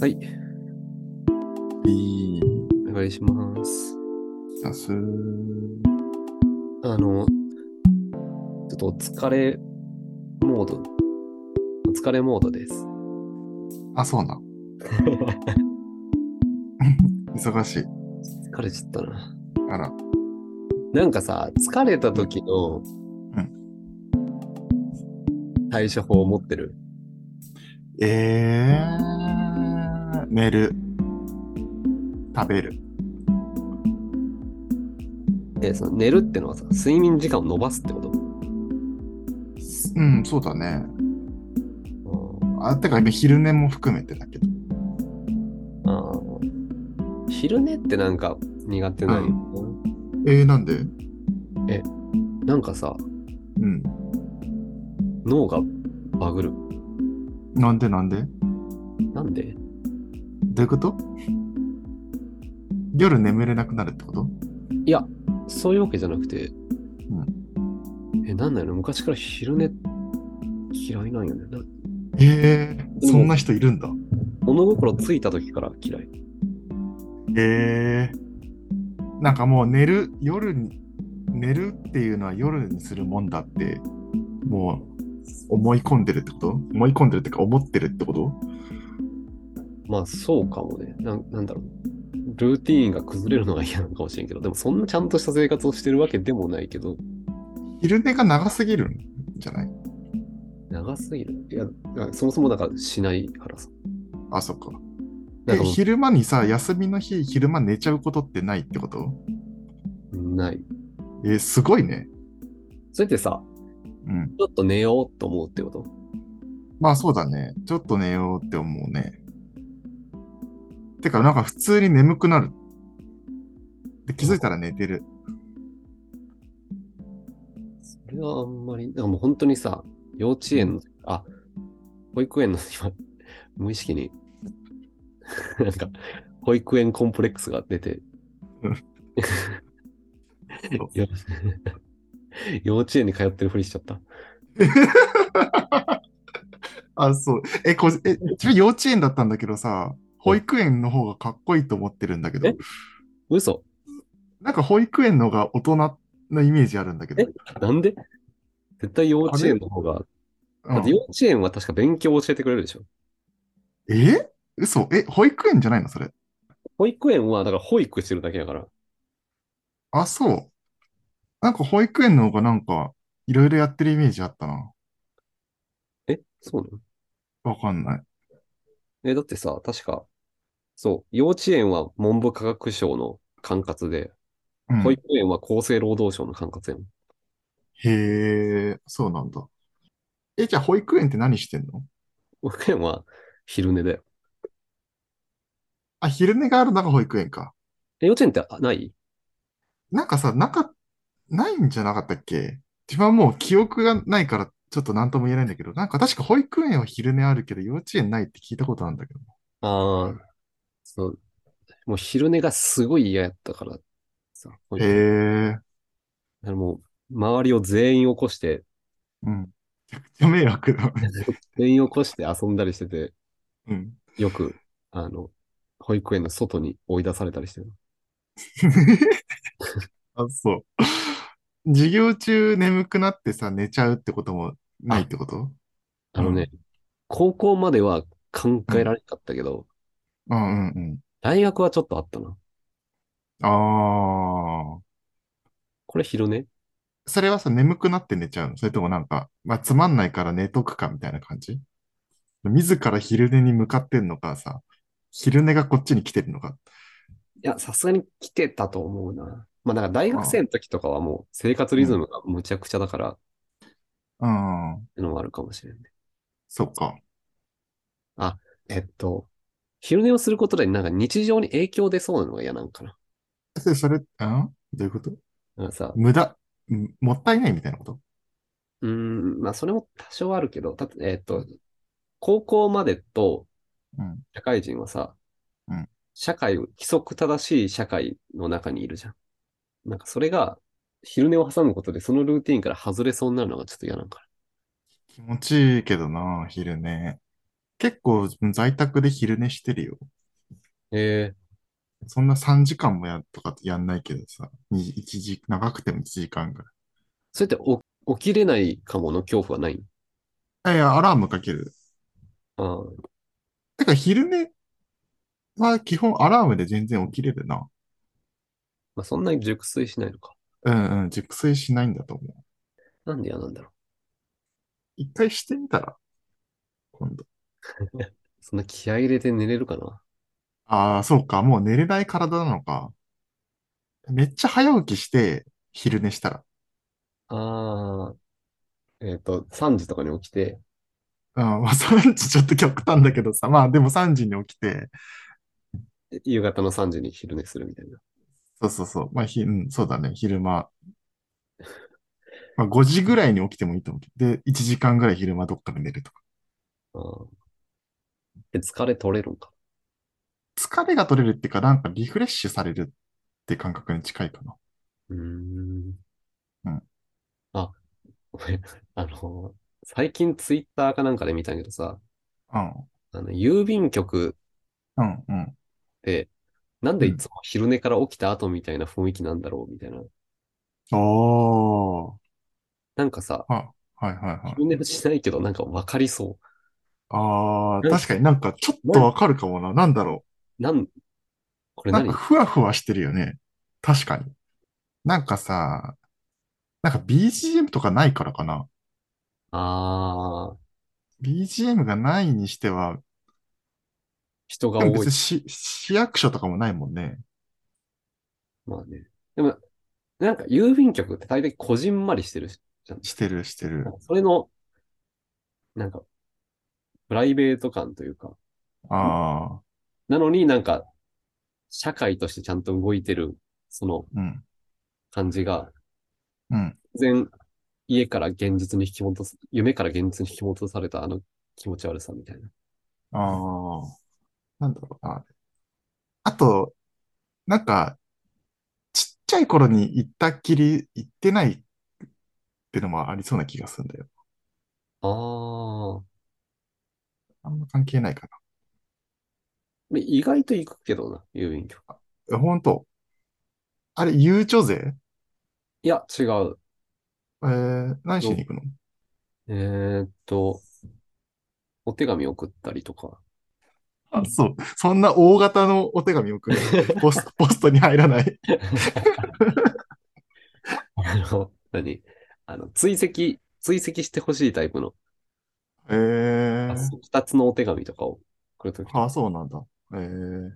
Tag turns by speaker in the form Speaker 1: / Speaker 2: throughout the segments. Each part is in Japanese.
Speaker 1: はい、
Speaker 2: いい。
Speaker 1: お願いします。
Speaker 2: さす。
Speaker 1: あの、ちょっとお疲れモード、お疲れモードです。
Speaker 2: あ、そうなん。 忙しい。
Speaker 1: 疲れちゃったな。
Speaker 2: あら。
Speaker 1: なんかさ、疲れた時の
Speaker 2: うん
Speaker 1: 対処法を持ってる。
Speaker 2: えー、寝る。食べる。
Speaker 1: え、その寝るってのはさ、睡眠時間を延ばすってこと
Speaker 2: うん、そうだね。あ、てか、昼寝も含めてだけど。
Speaker 1: あー昼寝ってなんか苦手なんよね、
Speaker 2: えー、なんで
Speaker 1: なんかさ、
Speaker 2: うん。
Speaker 1: 脳がバグる。
Speaker 2: なんでなんでど
Speaker 1: なんで
Speaker 2: ういうこと夜眠れなくなるってこと
Speaker 1: いや、そういうわけじゃなくて、え、なんだよね、昔から昼寝嫌いなんよね。な
Speaker 2: えー、そんな人いるんだ。
Speaker 1: 物心ついた時から嫌い。
Speaker 2: えー、なんかもう寝る夜に寝るっていうのは夜にするもんだってもう思い込んでるってこと思い込んでるってか思ってるってこと
Speaker 1: まあ、そうかもね。なんなんだろう。ルーティーンが崩れるのが嫌なのかもしれんけど、でもそんなちゃんとした生活をしてるわけでもないけど、
Speaker 2: 昼寝が長すぎるんじゃない
Speaker 1: 長すぎる。いや、いやそもそもだからしないからさ。
Speaker 2: あそっか
Speaker 1: なん
Speaker 2: え
Speaker 1: かも
Speaker 2: 昼間にさ休みの日昼間寝ちゃうことってないってこと
Speaker 1: う、ない。
Speaker 2: えー、すごいね
Speaker 1: それってさ、
Speaker 2: うん
Speaker 1: ちょっと寝ようと思うってこと
Speaker 2: まあそうだねちょっと寝ようって思うねてかなんか普通に眠くなるで気づいたら寝てる
Speaker 1: それはあんまり、なんかもう本当にさ、幼稚園の、あ、保育園の今、無意識に、 なんか、保育園コンプレックスが出て
Speaker 2: うん、
Speaker 1: よ幼稚園に通ってるふりしちゃった。
Speaker 2: あ、そう。え、こえ、自分幼稚園だったんだけどさ、保育園の方がかっこいいと思ってるんだけど
Speaker 1: え、嘘
Speaker 2: なんか保育園の方が大人なイメージあるんだけど
Speaker 1: え。なんで絶対幼稚園の方が、
Speaker 2: うん
Speaker 1: だって幼稚園は確か勉強を教えてくれるでしょ。
Speaker 2: え嘘え、保育園じゃないのそれ。
Speaker 1: 保育園は、だから保育してるだけだから。
Speaker 2: あ、そう。なんか保育園の方がなんか、いろいろやってるイメージあったな。
Speaker 1: えそうなの
Speaker 2: わかんない。
Speaker 1: え、だってさ、確か、そう、幼稚園は文部科学省の管轄で、
Speaker 2: うん
Speaker 1: 保育園は厚生労働省の管轄やもん。
Speaker 2: へえ、そうなんだ。え、じゃあ保育園って何してんの
Speaker 1: 保育園は昼寝だよ。
Speaker 2: あ、昼寝があるのが保育園か。
Speaker 1: え、幼稚園ってあない
Speaker 2: なんかさ、なか、ないんじゃなかったっけ自分はもう記憶がないから、ちょっと何とも言えないんだけど、なんか確か保育園は昼寝あるけど、幼稚園ないって聞いたことあるんだけど。
Speaker 1: ああ、そう。もう昼寝がすごい嫌やったからさ、保育園
Speaker 2: へえ、
Speaker 1: だからもう、周りを全員起こして、
Speaker 2: うん。めちゃくちゃ迷惑だ。
Speaker 1: 全員起こして遊んだりしてて、
Speaker 2: うん。
Speaker 1: よく、あの、保育園の外に追い出されたりしてる。
Speaker 2: あ、そう。授業中眠くなってさ、寝ちゃうってこともないってこと
Speaker 1: あのね、高校までは考えられなかったけど、
Speaker 2: うんうん
Speaker 1: 大学はちょっとあったな。
Speaker 2: うん。ああ。
Speaker 1: これ昼寝
Speaker 2: それはさ、眠くなって寝ちゃうのそれともなんか、まあ、つまんないから寝とくかみたいな感じ自ら昼寝に向かってんのかさ、昼寝がこっちに来てるのか。
Speaker 1: いや、さすがに来てたと思うな。まあ、だから大学生の時とかはもう生活リズムがむちゃくちゃだから、っ
Speaker 2: うん、
Speaker 1: てのもあるかもしれんね。
Speaker 2: そっか。
Speaker 1: えっと、昼寝をすることでなんか日常に影響出そうなのが嫌なんかな。
Speaker 2: そそれ、うんどういうこと
Speaker 1: なんかさ、
Speaker 2: 無駄、んもったいないみたいなこと
Speaker 1: うーん、まあ、それも多少あるけど、たえっと、高校までと
Speaker 2: うん。
Speaker 1: 社会人はさ、
Speaker 2: うん
Speaker 1: 社会を、規則正しい社会の中にいるじゃん。なんかそれが、昼寝を挟むことでそのルーティンから外れそうになるのがちょっと嫌なんかな。
Speaker 2: 気持ちいいけどな、昼寝。結構在宅で昼寝してるよ。
Speaker 1: え
Speaker 2: そんな3時間もやとかやんないけどさ、に一時、長くても1時間ぐらい。
Speaker 1: それってお起きれないかもの恐怖はない
Speaker 2: あいや、アラームかける。
Speaker 1: ああ、
Speaker 2: てか、昼寝は基本アラームで全然起きれるな。
Speaker 1: まあ、そんなに熟睡しないのか。
Speaker 2: うんうん、熟睡しないんだと思う。
Speaker 1: なんで嫌なんだろう。
Speaker 2: 一回してみたら、今度。
Speaker 1: そんな気合い入れて寝れるかな。
Speaker 2: ああ、そうか、もう寝れない体なのか。めっちゃ早起きして、昼寝したら。
Speaker 1: ああ、えっと、3時とかに起きて、
Speaker 2: うん、まあ3時ちょっと極端だけどさ、まあでも3時に起きて、
Speaker 1: 夕方の3時に昼寝するみたいな。
Speaker 2: そうそうそう。まあ、ひ、うん、そうだね。昼間。まあ、5時ぐらいに起きてもいいと思うけど。で、1時間ぐらい昼間どっかで寝るとか。
Speaker 1: ああ。で、疲れ取れるんか。
Speaker 2: 疲れが取れるっていうか、なんかリフレッシュされるって感覚に近いかな。
Speaker 1: うーん。
Speaker 2: うん
Speaker 1: あ、ごめん。あの、最近ツイッターかなんかで見たけどさ、あの、郵便局
Speaker 2: うん、うん、うん。
Speaker 1: って、なんでいつも昼寝から起きた後みたいな雰囲気なんだろうみたいな。
Speaker 2: おー。
Speaker 1: なんかさ、
Speaker 2: はいはいはい。
Speaker 1: 昼寝しないけどなんかわかりそ
Speaker 2: あー、確かになんかちょっとわかるかもな。なんだろ
Speaker 1: う。なん、こ
Speaker 2: う。
Speaker 1: れ
Speaker 2: なんか
Speaker 1: 何
Speaker 2: ふわふわしてるよね。確かに。なんかさ、なんか BGM とかないからかな。
Speaker 1: あー、
Speaker 2: BGM がないにしては、
Speaker 1: 人が
Speaker 2: でも
Speaker 1: 多
Speaker 2: 別
Speaker 1: い
Speaker 2: に。し市役所とかもないもんね。
Speaker 1: まあね。でも、なんか郵便局って大体こじんまりしてるしじゃん。
Speaker 2: してる、してる。
Speaker 1: それの、なんか、プライベート感というか、
Speaker 2: あ
Speaker 1: なのになんか、社会としてちゃんと動いてる、その
Speaker 2: あ、うん、
Speaker 1: 感じが、
Speaker 2: うん。
Speaker 1: 全家から現実に引き戻す、夢から現実に引き戻されたあの気持ち悪さみたいな。
Speaker 2: ああ、なんだろうな。あと、なんか、ちっちゃい頃に行ったっきり行ってないってのもありそうな気がするんだよ。
Speaker 1: ああ。
Speaker 2: あんま関係ないか
Speaker 1: で意外と行くけどな、郵便局。
Speaker 2: な。え、ほんと。あれ、ゆうちょぜ
Speaker 1: いや、違う。
Speaker 2: えー、何しに行くの
Speaker 1: えーっと、お手紙送ったりとか。
Speaker 2: あ、そう。そんな大型のお手紙送る。ポスト、ポストに入らない。
Speaker 1: あの、何あの、追跡、追跡してほしいタイプの、
Speaker 2: えー。
Speaker 1: 二つのお手紙とかを送るとき。
Speaker 2: ああ、そうなんだ。えー。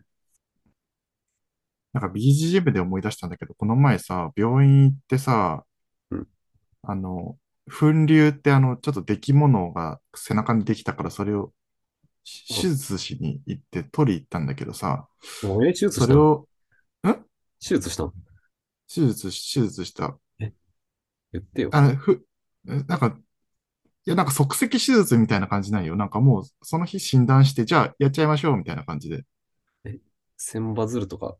Speaker 2: なんか BGM で思い出したんだけど、この前さ、病院行ってさ
Speaker 1: うん、
Speaker 2: あの、粉瘤ってあの、ちょっとできものが背中にできたから、それをし
Speaker 1: うん
Speaker 2: 手術しに行って取り行ったんだけどさ、
Speaker 1: もうえ手
Speaker 2: そ
Speaker 1: 術した
Speaker 2: れ
Speaker 1: の
Speaker 2: を
Speaker 1: 手術したの
Speaker 2: 手術し、手術した。
Speaker 1: 言ってよ。
Speaker 2: あの、ふ、えなんか、いや、なんか即席手術みたいな感じなんよ。なんかもう、その日診断して、じゃあやっちゃいましょうみたいな感じで。
Speaker 1: 千羽鶴とか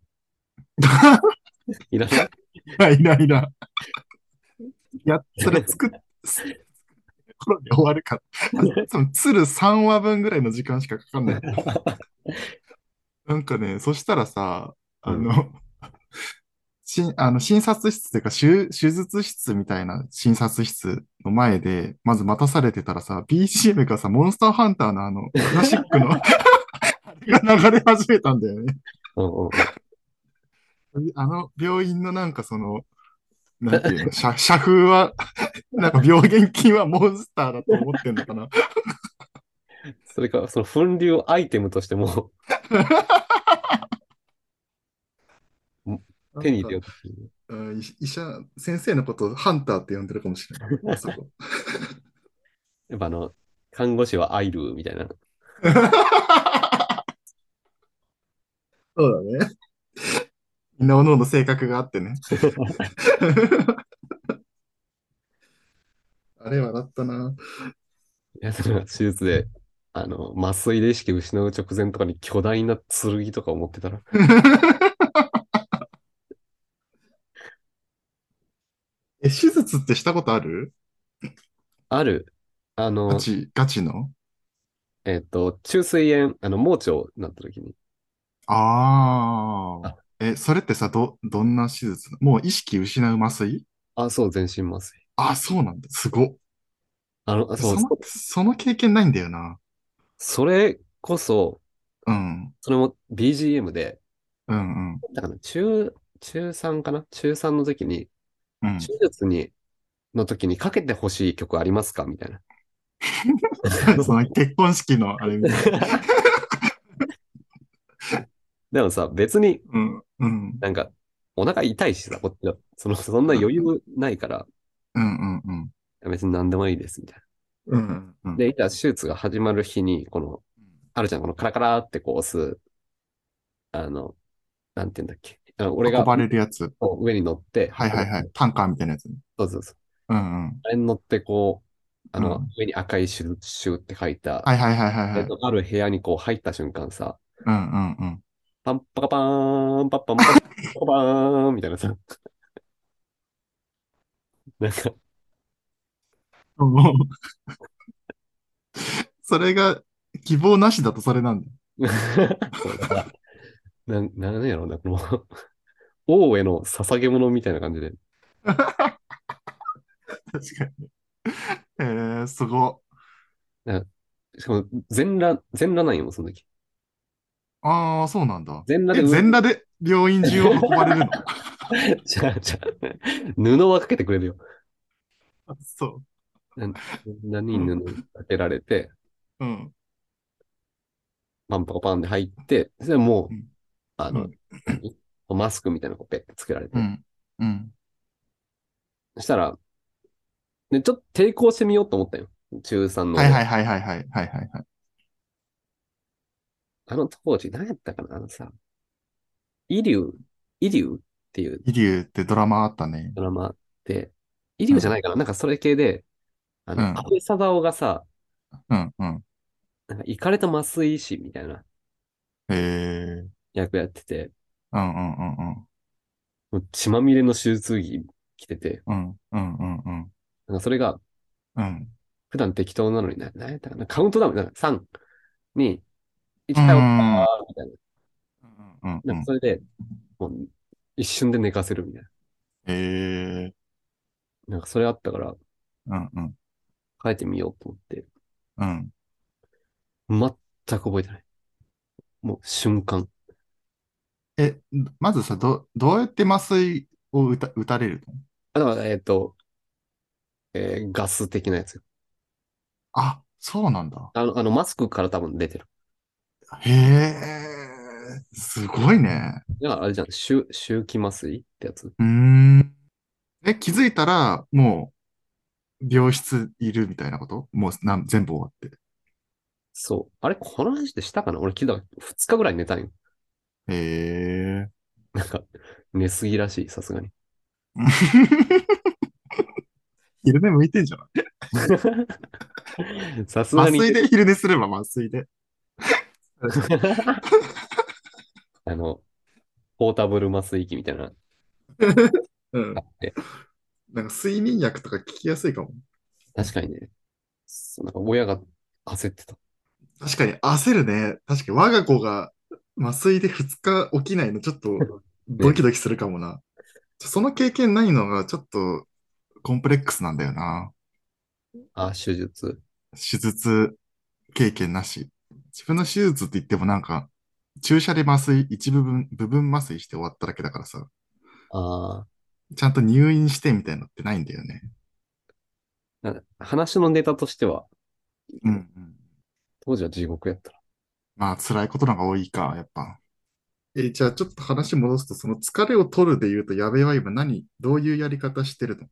Speaker 1: いら ない
Speaker 2: いないないな。いや、それ作っ、これで終わるから。その鶴3話分ぐらいの時間しかかかんない。なんかね、そしたらさ、あの、しあの診察室というか手、手術室みたいな診察室の前で、まず待たされてたらさ、BGM がさ、モンスターハンターのあの、クラシックのあれが流れ始めたんだよね。
Speaker 1: うんうんうん。
Speaker 2: あの病院のなんかその、なんていうの、社社風は、 なんか病原菌はモンスターだと思ってんのかな。
Speaker 1: それか、その粉流アイテムとしても 手に入れようとしてる
Speaker 2: うん医医者、先生のことをハンターって呼んでるかもしれない。 あそこ
Speaker 1: やっぱあの、看護師はアイルーみた いな。
Speaker 2: そうだね。みんなおのおの性格があ ってね。あれ笑ったな。
Speaker 1: いや、その手術で、あの、麻酔で意識失う直前とかに巨大な剣とかを持ってたら、
Speaker 2: え、手術ってしたことある
Speaker 1: ある、あ
Speaker 2: ガ
Speaker 1: の、
Speaker 2: チ、ガチの
Speaker 1: えっ、と、虫垂炎、あの、盲腸になった時に、
Speaker 2: ああ
Speaker 1: あ。
Speaker 2: え、それってさ、ど、どんな手術もう意識失う麻酔
Speaker 1: あ、そう、全身麻酔。
Speaker 2: ああ、そうなんだ。すごっ。
Speaker 1: あの、あそう、
Speaker 2: そ
Speaker 1: そ
Speaker 2: の、その経験ないんだよな。
Speaker 1: それこそ、
Speaker 2: うん。
Speaker 1: それも BGM で、
Speaker 2: うんうん。
Speaker 1: だから中、中3かな中3の時に、
Speaker 2: うん。
Speaker 1: 手術に、の時にかけてほしい曲ありますかみたいな。
Speaker 2: その結婚式のあれみたいな。
Speaker 1: でもさ、別に
Speaker 2: うん。うん。
Speaker 1: なんか、お腹痛いしさ、こっちは。その、そんな余裕ないから、
Speaker 2: うんうんうん。
Speaker 1: 別に何でもいいです、みたい
Speaker 2: うんうんうん
Speaker 1: な。で、いざ手術が始まる日に、この、あるじゃん、このカラカラってこう押す、あの、なんて言うんだっけ。あ俺が
Speaker 2: 運ばれるやつ。
Speaker 1: こう上に乗って、
Speaker 2: はいはいはい。タンカーみたいなやつ。
Speaker 1: そうそうそう。
Speaker 2: うんうん。
Speaker 1: あれに乗って、こう、あの、
Speaker 2: うん
Speaker 1: 上に赤いシュシュって書いた、
Speaker 2: はいはいはいはいは
Speaker 1: えっ
Speaker 2: い。
Speaker 1: とある部屋にこう入った瞬間さ、
Speaker 2: うんうんうん。
Speaker 1: パンパカパーン、パッパンパカパーン、みたいなさ。 なんか、
Speaker 2: もうそれが希望なしだとそれなんだ。
Speaker 1: そうだからなん、なんやろうな、この、王への捧げ物みたいな感じで。
Speaker 2: 確かに。えー、すご。
Speaker 1: しかも、全裸、全裸なんよ、その時。
Speaker 2: ああ、そうなんだ。
Speaker 1: 全裸
Speaker 2: え、
Speaker 1: で、
Speaker 2: 全裸で病院中を運ばれるの
Speaker 1: じゃあ、じゃあ、布はかけてくれるよ。
Speaker 2: あ そ
Speaker 1: 全裸に布かけられて、
Speaker 2: う。うん。
Speaker 1: パンパカパンで入って、それでもう
Speaker 2: うん、
Speaker 1: あの、マスクみたいなのをペッてつけられて
Speaker 2: う。ん。うん。
Speaker 1: そしたら、ね、ちょっと抵抗してみようと思ったよ。中3の。
Speaker 2: はいはいはいはいはいはいはいはい。
Speaker 1: あの当時、何やったかなあのさ、イリュウ、イリュウっていう
Speaker 2: イリュウってドラマあったね。
Speaker 1: ドラマで、イリュウじゃないかな、なんかそれ系で、あの、
Speaker 2: うん
Speaker 1: 安倍貞夫がさ、
Speaker 2: うんうん。
Speaker 1: なんか行かれた麻酔医師みたいな
Speaker 2: へえ。
Speaker 1: 役やってて、
Speaker 2: うんうんうんうん。
Speaker 1: もう血まみれの手術着着てて、
Speaker 2: うんうんうんうん。
Speaker 1: なんかそれが
Speaker 2: うん。
Speaker 1: 普段適当なのにな、なんやったかなカウントダウン、なんか3、2、1、
Speaker 2: うん
Speaker 1: 帰ろうかみた
Speaker 2: う
Speaker 1: い
Speaker 2: ん
Speaker 1: な。
Speaker 2: う
Speaker 1: なん
Speaker 2: ん
Speaker 1: か。それで、もう一瞬で寝かせるみたいな。
Speaker 2: へえ。
Speaker 1: なんかそれあったから、
Speaker 2: うんうん
Speaker 1: 変えてみようと思って、
Speaker 2: うん。
Speaker 1: 全く覚えてない。もう瞬間。
Speaker 2: え、まずさ、ど、どうやって麻酔を打た、打たれるの
Speaker 1: あ、だから、えっ、と、えーガス的なやつよ。
Speaker 2: あ、そうなんだ。
Speaker 1: あの、あの、マスクから多分出てる。
Speaker 2: へえ、すごいね。
Speaker 1: だからあれじゃん、周、周期麻酔ってやつ。
Speaker 2: うーん。え、気づいたら、もう、病室いるみたいなこともうなん、全部終わって。
Speaker 1: そう。あれ、この話でしたかな俺聞いた2日ぐらい寝たんよ。
Speaker 2: へえ。
Speaker 1: なんか、寝すぎらしい、さすがに。
Speaker 2: 昼寝向いてんじゃない
Speaker 1: さすが
Speaker 2: 麻
Speaker 1: に、
Speaker 2: 酔で昼寝すれば麻酔で。
Speaker 1: あの、ポータブル麻酔器みたいなの
Speaker 2: うん
Speaker 1: があ。って、
Speaker 2: なんか睡眠薬とか聞きやすいかも。
Speaker 1: 確かにね、そうなんか親が焦ってた。
Speaker 2: 確かに焦るね。確かに我が子が麻酔で2日起きないのちょ っとドキドキするかもな。その経験ないのがちょっとコンプレックスなんだよな。
Speaker 1: あ、手術。
Speaker 2: 手術経験なし。自分の手術って言ってもなんか注射で麻酔一部分、部分麻酔して終わっただけだからさ。
Speaker 1: ああ、
Speaker 2: ちゃんと入院してみたいなのってないんだよね。
Speaker 1: なんか話のネタとしては、
Speaker 2: うんうん。
Speaker 1: 当時は地獄やったな。
Speaker 2: まあ辛いことの方が多いか、やっぱ。えーじゃあちょっと話戻すと、その疲れを取るで言うと、矢部は今何、どういうやり方してるの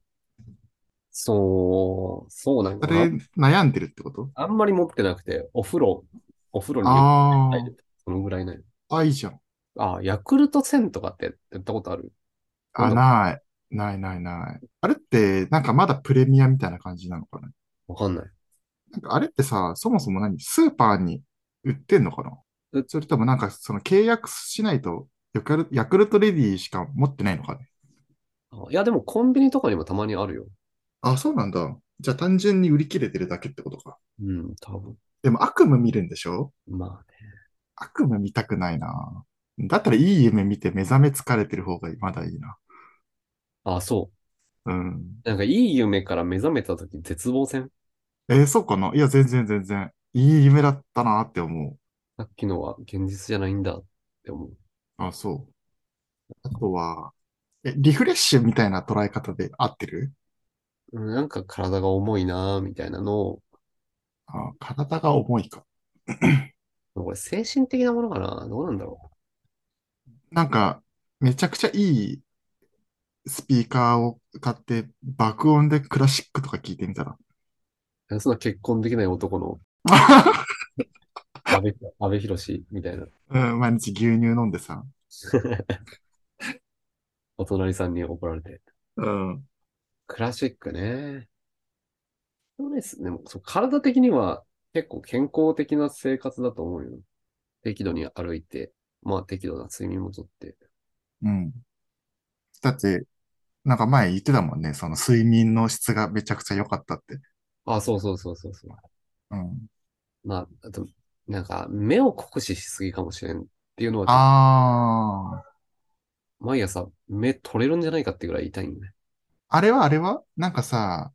Speaker 1: そう、そうなん
Speaker 2: そ
Speaker 1: か
Speaker 2: れ
Speaker 1: な。
Speaker 2: 悩んでるってこと
Speaker 1: あんまり持ってなくて、お風呂、お風呂に入
Speaker 2: あ
Speaker 1: れて、そのぐらいない。
Speaker 2: あ、あ、いいじゃん。
Speaker 1: あ、ヤクルト1000とかってやったことある
Speaker 2: あ、ない。ないないない。あれって、なんかまだプレミアみたいな感じなのかな
Speaker 1: わかんない。
Speaker 2: なんかあれってさ、そもそも何スーパーに売ってんのか
Speaker 1: え
Speaker 2: なそれともなんかその契約しないとヤクル、ヤクルトレディしか持ってないのかね
Speaker 1: あいや、でもコンビニとかにもたまにあるよ。
Speaker 2: あ、そうなんだ。じゃあ単純に売り切れてるだけってことか。
Speaker 1: うん、多分。
Speaker 2: でも悪夢見るんでしょ
Speaker 1: まあね。
Speaker 2: 悪夢見たくないな。だったらいい夢見て目覚め疲れてる方がまだいいな。
Speaker 1: あ、そ
Speaker 2: うん。
Speaker 1: う。なんかいい夢から目覚めたとき絶望せん
Speaker 2: えーそうかないや、全然全然。いい夢だったなって思う。
Speaker 1: さっきのは現実じゃないんだって思う。
Speaker 2: あ、そう。あとは、え、リフレッシュみたいな捉え方で合ってる
Speaker 1: うんなんか体が重いなーみたいなのを、
Speaker 2: あ、体が重いか。
Speaker 1: これ精神的なものかなどうなんだろ
Speaker 2: なんか、めちゃくちゃいいスピーカーを買って爆音でクラシックとか聞いてみたら。
Speaker 1: うそんな結婚できない男の安倍、安倍博士みたいな。
Speaker 2: うん、毎日牛乳飲んでさ。
Speaker 1: お隣さんに怒られて。
Speaker 2: うん。
Speaker 1: クラシックね。そうです。でも、そう、体的には結構健康的な生活だと思うよ。適度に歩いて、まあ適度な睡眠もとって。
Speaker 2: うん。だって、なんか前言ってたもんね。その睡眠の質がめちゃくちゃ良かったって。
Speaker 1: あ、そうそうそうそうそ
Speaker 2: う
Speaker 1: う。
Speaker 2: ん。
Speaker 1: まあ、あと、なんか、目を酷使しすぎかもしれんっていうのは、
Speaker 2: ああ。
Speaker 1: 毎朝目取れるんじゃないかってぐらい痛いんね。
Speaker 2: あれはあれはなんかさ、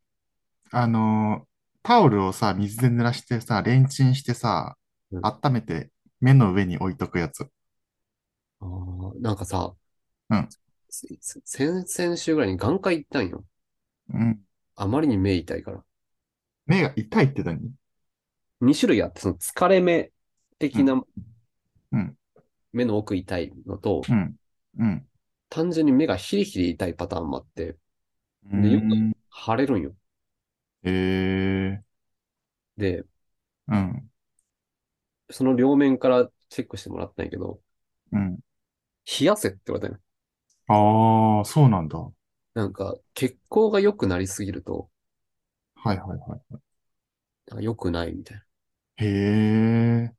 Speaker 2: あのータオルをさ、水で濡らしてさ、レンチンしてさ、
Speaker 1: うん
Speaker 2: 温めて目の上に置いとくやつ。
Speaker 1: あーなんかさ、
Speaker 2: うん
Speaker 1: せせ先々週ぐらいに眼科行ったんよ。
Speaker 2: うん。
Speaker 1: あまりに目痛いから。
Speaker 2: 目が痛いって何
Speaker 1: 2種類あって、その疲れ目的な、
Speaker 2: うん
Speaker 1: 目の奥痛いのと、
Speaker 2: うん。うん。
Speaker 1: 単純に目がヒリヒリ痛いパターンもあって、
Speaker 2: う
Speaker 1: でよく
Speaker 2: ん。
Speaker 1: 腫れるんよ。
Speaker 2: ええ
Speaker 1: で、
Speaker 2: うん。
Speaker 1: その両面からチェックしてもらったんやけど、
Speaker 2: うん。
Speaker 1: 冷やせって言われたんよ。
Speaker 2: ああ、そうなんだ。は
Speaker 1: なんか、血行が良くなりすぎると、
Speaker 2: いはいは
Speaker 1: なんか良くないみたいな。
Speaker 2: い。へえ。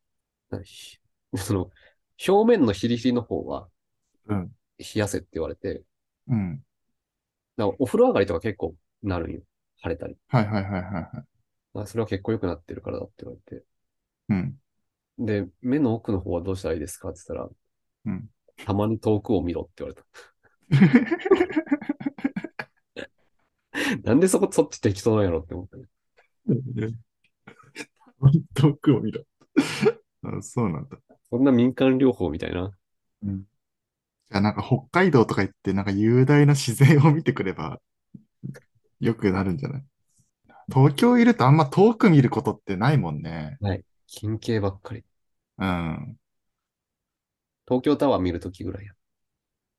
Speaker 1: なんかひ その、表面のヒリヒリの方は、
Speaker 2: うん。
Speaker 1: 冷やせって言われて、
Speaker 2: うん。
Speaker 1: だからお風呂上がりとか結構なるんよ。腫れたり。
Speaker 2: はいはいはいはいはい。
Speaker 1: まあ、それは結構良くなってるからだって言われて。
Speaker 2: うん。
Speaker 1: で、目の奥の方はどうしたらいいですかって言ったら、
Speaker 2: うん
Speaker 1: たまに遠くを見ろって言われた。 なんでそこそっち適当なんやろって思ったね。
Speaker 2: 遠くを見ろ。 あそうなんだ。
Speaker 1: そんな民間療法みたいな。
Speaker 2: うん。じゃあなんか北海道とか行ってなんか雄大な自然を見てくればよくなるんじゃない東京いるとあんま遠く見ることってないもんね。
Speaker 1: 金系ばっかり。
Speaker 2: うん。
Speaker 1: 東京タワー見るときぐらいや。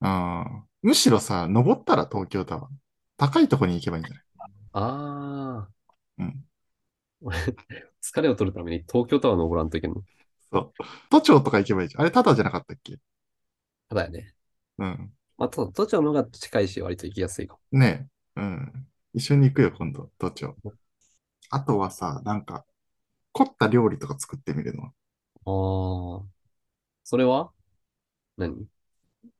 Speaker 2: うん。むしろさ、登ったら東京タワー。高いとこに行けばいいんじゃない
Speaker 1: ああ。
Speaker 2: うん。
Speaker 1: 俺、 疲れを取るために東京タワー登らんといけんの。
Speaker 2: そう。都庁とか行けばいいじゃん。あれタダじゃなかったっけ
Speaker 1: ただやね。
Speaker 2: うん。
Speaker 1: まあ、と都庁の方が近いし、割と行きやすいかも。
Speaker 2: ねえ。うん。一緒に行くよ、今度、都庁。あとはさ、なんか、凝った料理とか作ってみるの。
Speaker 1: ああ。それは何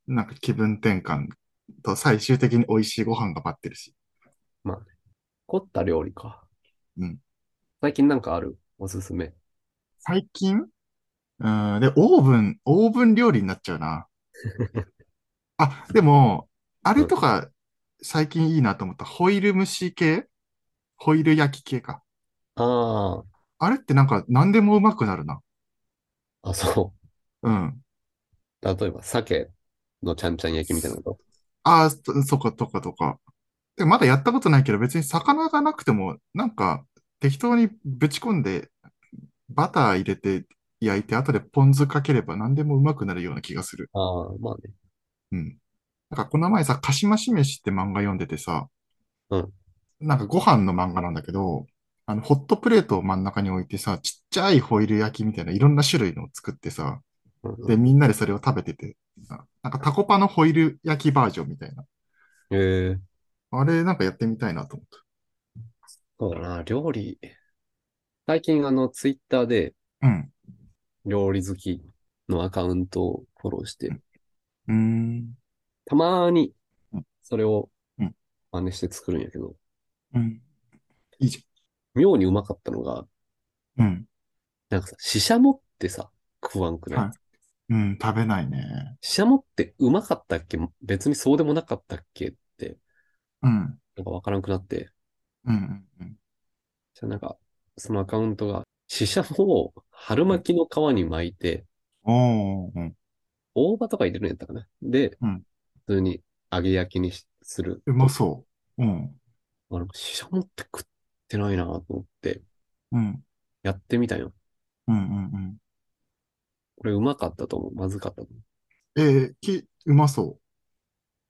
Speaker 2: なんか気分転換と最終的に美味しいご飯が待ってるし。
Speaker 1: 凝った料理か。
Speaker 2: うん。
Speaker 1: 最近なんかあるおすすめ。
Speaker 2: 最近うん、で、オーブン、オーブン料理になっちゃう な。あ、でも、あれとか最近いいなと思った。ホイル蒸し系ホイル焼き系か。
Speaker 1: あ
Speaker 2: あれってなんか何でもうまくなるな。
Speaker 1: あ。あ、そ
Speaker 2: うん。
Speaker 1: う。例えば、鮭のちゃんちゃん焼きみたいなこと。
Speaker 2: ああ、そそっか、とか、とか。でもまだやったことないけど、別に魚がなくても、なんか適当にぶち込んで、バター入れて焼いて、後でポン酢かければ何でもうまくなるような気がする。
Speaker 1: ああ、まあね。
Speaker 2: うん。なんかこの前さ、かしまし飯って漫画読んでてさ、
Speaker 1: うん
Speaker 2: なんかご飯の漫画なんだけど、あの、ホットプレートを真ん中に置いてさ、ちっちゃいホイル焼きみたいないろんな種類のを作ってさ、
Speaker 1: うん
Speaker 2: で、みんなでそれを食べてて、あなんかタコパのホイル焼きバージョンみたいな。
Speaker 1: えー、
Speaker 2: あれ、なんかやってみたいなと思っ
Speaker 1: そうだな、料理。最近、あの、ツイッターで
Speaker 2: た。うん。
Speaker 1: 料理好きのアカウントをフォローして、
Speaker 2: うーん。
Speaker 1: たまーに
Speaker 2: うん、
Speaker 1: それを
Speaker 2: うん
Speaker 1: 真似して作るんやけど、
Speaker 2: うん。いいじ
Speaker 1: 妙にうまかったのが、
Speaker 2: ゃん。うん。
Speaker 1: なんかさ、シシャモってさ、食わんくない、
Speaker 2: はいうん、食べないね。
Speaker 1: シシャモってうまかったっけ別にそうでもなかったっけって、
Speaker 2: うん、
Speaker 1: なんかわからんくなって。
Speaker 2: うん、うんうん。
Speaker 1: じゃあなんか、そのアカウントが、シシャモを春巻きの皮に巻いて、
Speaker 2: おー、うん
Speaker 1: 大葉とか入れるんやったかな。で、
Speaker 2: うん
Speaker 1: 普通に揚げ焼きにしする。
Speaker 2: うまそう。うん、
Speaker 1: あの、シシャモって食ってないなと思って、
Speaker 2: うん、
Speaker 1: やってみたよ。
Speaker 2: うん、うん、
Speaker 1: これうまかったと思う。まずかったと思。
Speaker 2: うん。えー、き、うまそ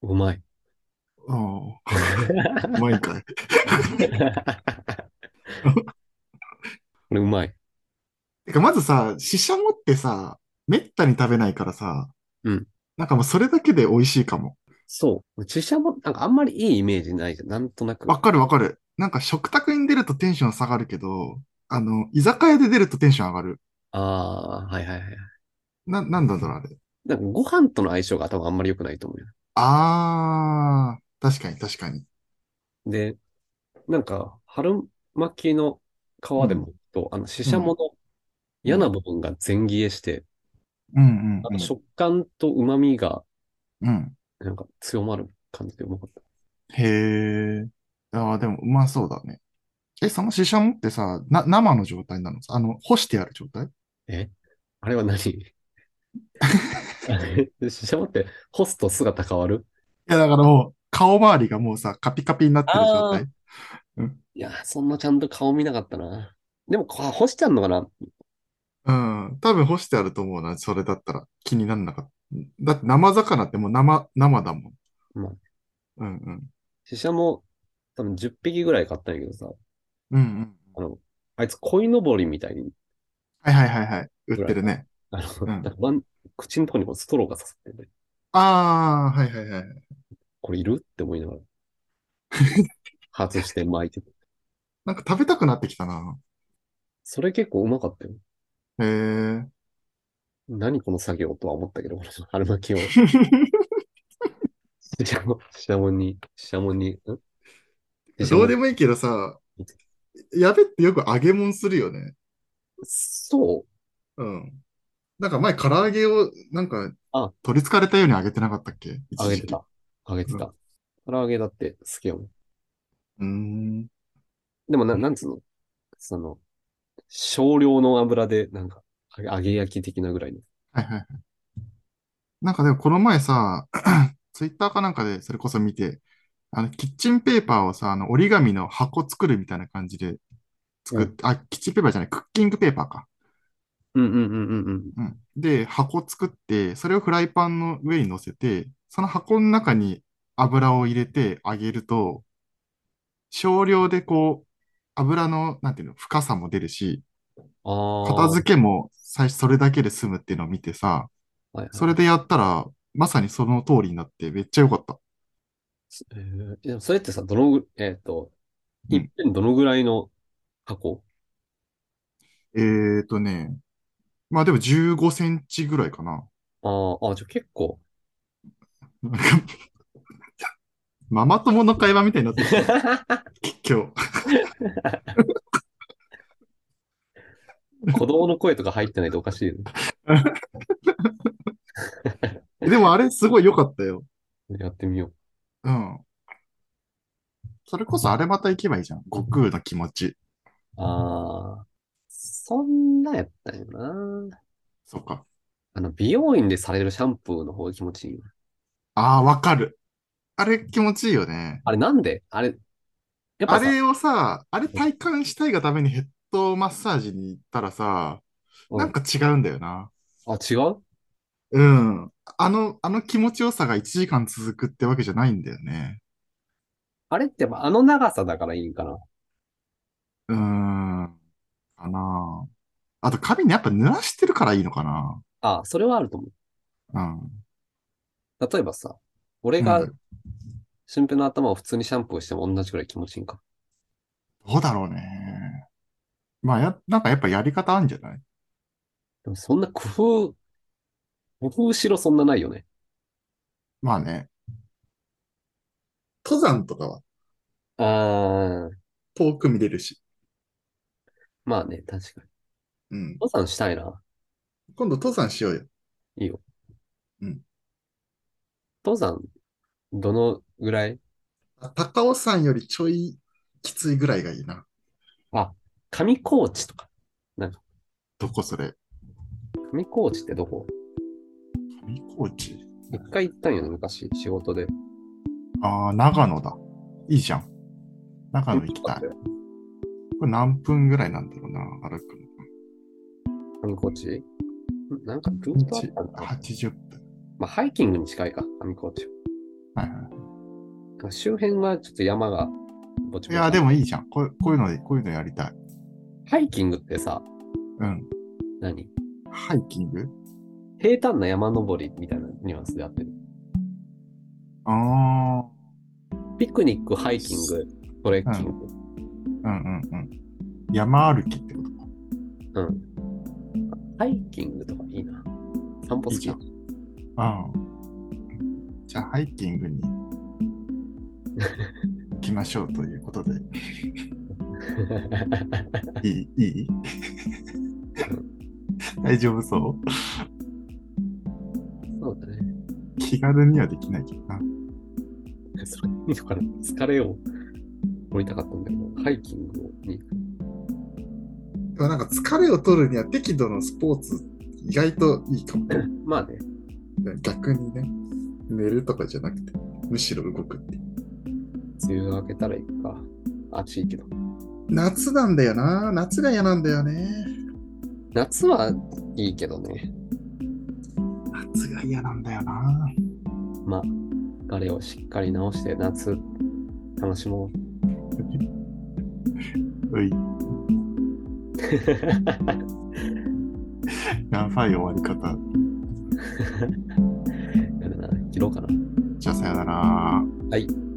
Speaker 2: う
Speaker 1: うまい。
Speaker 2: う。ああ、 うまいんかい。
Speaker 1: これうまい。
Speaker 2: てか、まずさ、シシャモってさ、めったに食べないからさ、
Speaker 1: うん。
Speaker 2: なんかもうそれだけで美味しいかも。
Speaker 1: そう。シシャモ、なんかあんまりいいイメージないじゃん。なんとなく。
Speaker 2: わかるわかる。なんか食卓に出るとテンション下がるけど、あの、居酒屋で出るとテンション上がる。
Speaker 1: ああー、はいはいはい。
Speaker 2: な、なんなんだろう、あれ。
Speaker 1: なんかご飯との相性が多分あんまり良くないと思うよ。
Speaker 2: あー、確かに確かに。
Speaker 1: で、なんか、春巻きの皮でもと、あの、シシャモの嫌な部分が全消えして、
Speaker 2: うんうん
Speaker 1: あ
Speaker 2: うん
Speaker 1: の食感と旨味が
Speaker 2: うん。
Speaker 1: なんか強まる感じでうまかった。
Speaker 2: へー。あー、でもうまそうだね。え、そのシシャモってさ、な、生の状態なのあの、干してある状態
Speaker 1: あれは何 あれシシャモって干すと姿変わる
Speaker 2: いや、だからもう、顔周りがもうさ、カピカピになってる状態。
Speaker 1: いやー、そんなちゃんと顔見なかったな。でも、こ干してあんのかな
Speaker 2: うん。多分干してあると思うな、それだったら。気になんなかった。だって生魚ってもう生、生だもん。
Speaker 1: まあ
Speaker 2: うんうん。
Speaker 1: シシャモ、多分10匹ぐらい買ったんやけどさ、
Speaker 2: うんうん。
Speaker 1: あの、あいつ鯉のぼりみたいに、
Speaker 2: はいはいはいはい。売ってるね。
Speaker 1: あの、
Speaker 2: ん
Speaker 1: なんかワン口のとこにこうストローが刺さってて、
Speaker 2: ああ、はいはいはい。
Speaker 1: これいるって思いながら、外して巻いてて。
Speaker 2: なんか食べたくなってきたな。
Speaker 1: それ結構うまかったよ。
Speaker 2: へえ。
Speaker 1: 何この作業とは思ったけど、この春巻きを、シシャモ、シシャモに、シシャモに、んシシャ
Speaker 2: ど
Speaker 1: モ
Speaker 2: うでもいいけどさ、やべってよく揚げ物するよね。
Speaker 1: そう。
Speaker 2: うん。なんか前唐揚げを、なんか
Speaker 1: あ、
Speaker 2: 取り憑かれたように揚げてなかったっけ一
Speaker 1: あげ
Speaker 2: 時
Speaker 1: て
Speaker 2: 期。
Speaker 1: た。あげてた。唐揚げだって好きやもん。
Speaker 2: うーん。
Speaker 1: でもな、なんつうのその、少量の油で、なんか、揚げ揚げ焼き的なぐらいの。
Speaker 2: はいはいはい。なんかでもこの前さ、 ツイッターかなんかでそれこそ見て、あの、キッチンペーパーをさ、あの、折り紙の箱作るみたいな感じで作って、あ、キッチンペーパーじゃない、クッキングペーパーか。
Speaker 1: うんうんうんうんうん。
Speaker 2: うん。で、箱作って、それをフライパンの上に乗せて、その箱の中に油を入れて揚げると、少量でこう、油の、なんていうの、深さも出るし、
Speaker 1: ああ。
Speaker 2: 片付けも最初それだけで済むっていうのを見てさ、
Speaker 1: はいはい
Speaker 2: それでやったら、まさにその通りになって、めっちゃ良かった。
Speaker 1: えーいやそれってさ、どのぐ、えっと、
Speaker 2: うん
Speaker 1: いっぺんどのぐらいの箱
Speaker 2: えーとね、まあでも15センチぐらいかな。
Speaker 1: あーあ、じゃあ結 構。
Speaker 2: なんか ママ友の会話みたいになってる、今日。
Speaker 1: 子供の声とか入ってないとおかしいよ
Speaker 2: でもあれすごい良かったよ。
Speaker 1: ね。やってみよ
Speaker 2: うん。それこそあれまた行けばいいじゃん。悟空の気持ち。
Speaker 1: う。ああ。そんなやったんよな。
Speaker 2: そうか。
Speaker 1: あの、美容院でされるシャンプーの方が気持ちいいよ。
Speaker 2: ああ、わかる。あれ気持ちいいよね。
Speaker 1: あれなんであれ、やっ
Speaker 2: あ
Speaker 1: ぱさ、
Speaker 2: れをさ、あれ体感したいがためにヘッドマッサージに行ったらさ、
Speaker 1: うん
Speaker 2: なんか違うんだよな。
Speaker 1: あ、違う
Speaker 2: うん。あの、あの気持ちよさが1時間続くってわけじゃないんだよね。
Speaker 1: あれってやっぱあの長さだからいいんかな。
Speaker 2: うーん。かなあ。あと髪ね、やっぱ濡らしてるからいいのかな。
Speaker 1: ああ、それはあると思
Speaker 2: うん。
Speaker 1: う。例えばさ、俺
Speaker 2: う
Speaker 1: が
Speaker 2: ん
Speaker 1: 新平の頭を普通にシャンプーしても同じくらい気持ちいいんか。
Speaker 2: どうだろうね。まあ、や、なんかやっぱやり方あるんじゃない
Speaker 1: でもそんな工夫、工夫しろそんなないよね。
Speaker 2: まあね。登山とかは
Speaker 1: ああ、
Speaker 2: 遠く見れるし。
Speaker 1: まあね、確かに。
Speaker 2: うん。
Speaker 1: 登山したいな。
Speaker 2: 今度登山しようよ。
Speaker 1: 登山、どのぐらい
Speaker 2: あ高尾山よりちょいきついぐらいがいいな。
Speaker 1: 上高地とか。
Speaker 2: どこそれ
Speaker 1: 上高地ってどこ
Speaker 2: 上高地
Speaker 1: 一回行ったんよね、昔、仕事で。
Speaker 2: ああ、長野だ。いいじゃん。長野行きたい。これ何分ぐらいなんだろうな、歩く
Speaker 1: 上高地んなんかルートあったん
Speaker 2: の。
Speaker 1: だ。
Speaker 2: 80分。
Speaker 1: まあ、ハイキングに近いか、上高地は。
Speaker 2: はいは
Speaker 1: なんか周辺はちょっと山がぼち
Speaker 2: い。
Speaker 1: ぼち。
Speaker 2: いや、でもいいじゃん。こうこういうので、こういうのやりたい。
Speaker 1: ハイキングってさ、
Speaker 2: うん。
Speaker 1: 何
Speaker 2: ハイキング
Speaker 1: 平坦な山登りみたいなニュアンスであってる。
Speaker 2: ああ。
Speaker 1: ピクニック、ハイキング、トレッキング。
Speaker 2: うんうんうん。山歩きってことか。
Speaker 1: ハイキングとかいいな。散歩好
Speaker 2: いい
Speaker 1: き。
Speaker 2: じゃんああ。じゃあ、ハイキングに行きましょうという ことで。いいいい大丈夫そう
Speaker 1: そうだね。
Speaker 2: 気軽にはできないけどな。
Speaker 1: それいいのかな疲れを取りたかったんだけど、ハイキングに。
Speaker 2: でもなんか疲れを取るには適度なスポーツ意外といいかも。
Speaker 1: まあね、
Speaker 2: 逆にね、寝るとかじゃなくて、むしろ動くって。
Speaker 1: 梅雨が明けたら行くか。暑いけど。
Speaker 2: 夏なんだよな。夏が嫌なんだよね。
Speaker 1: 夏はいいけどね。
Speaker 2: 夏が嫌なんだよな。
Speaker 1: まあ、疲れをしっかり直して夏楽しもう。
Speaker 2: うい、やばい終わり方。
Speaker 1: やだな、切ろうかな。
Speaker 2: じゃあさよなら。
Speaker 1: はい。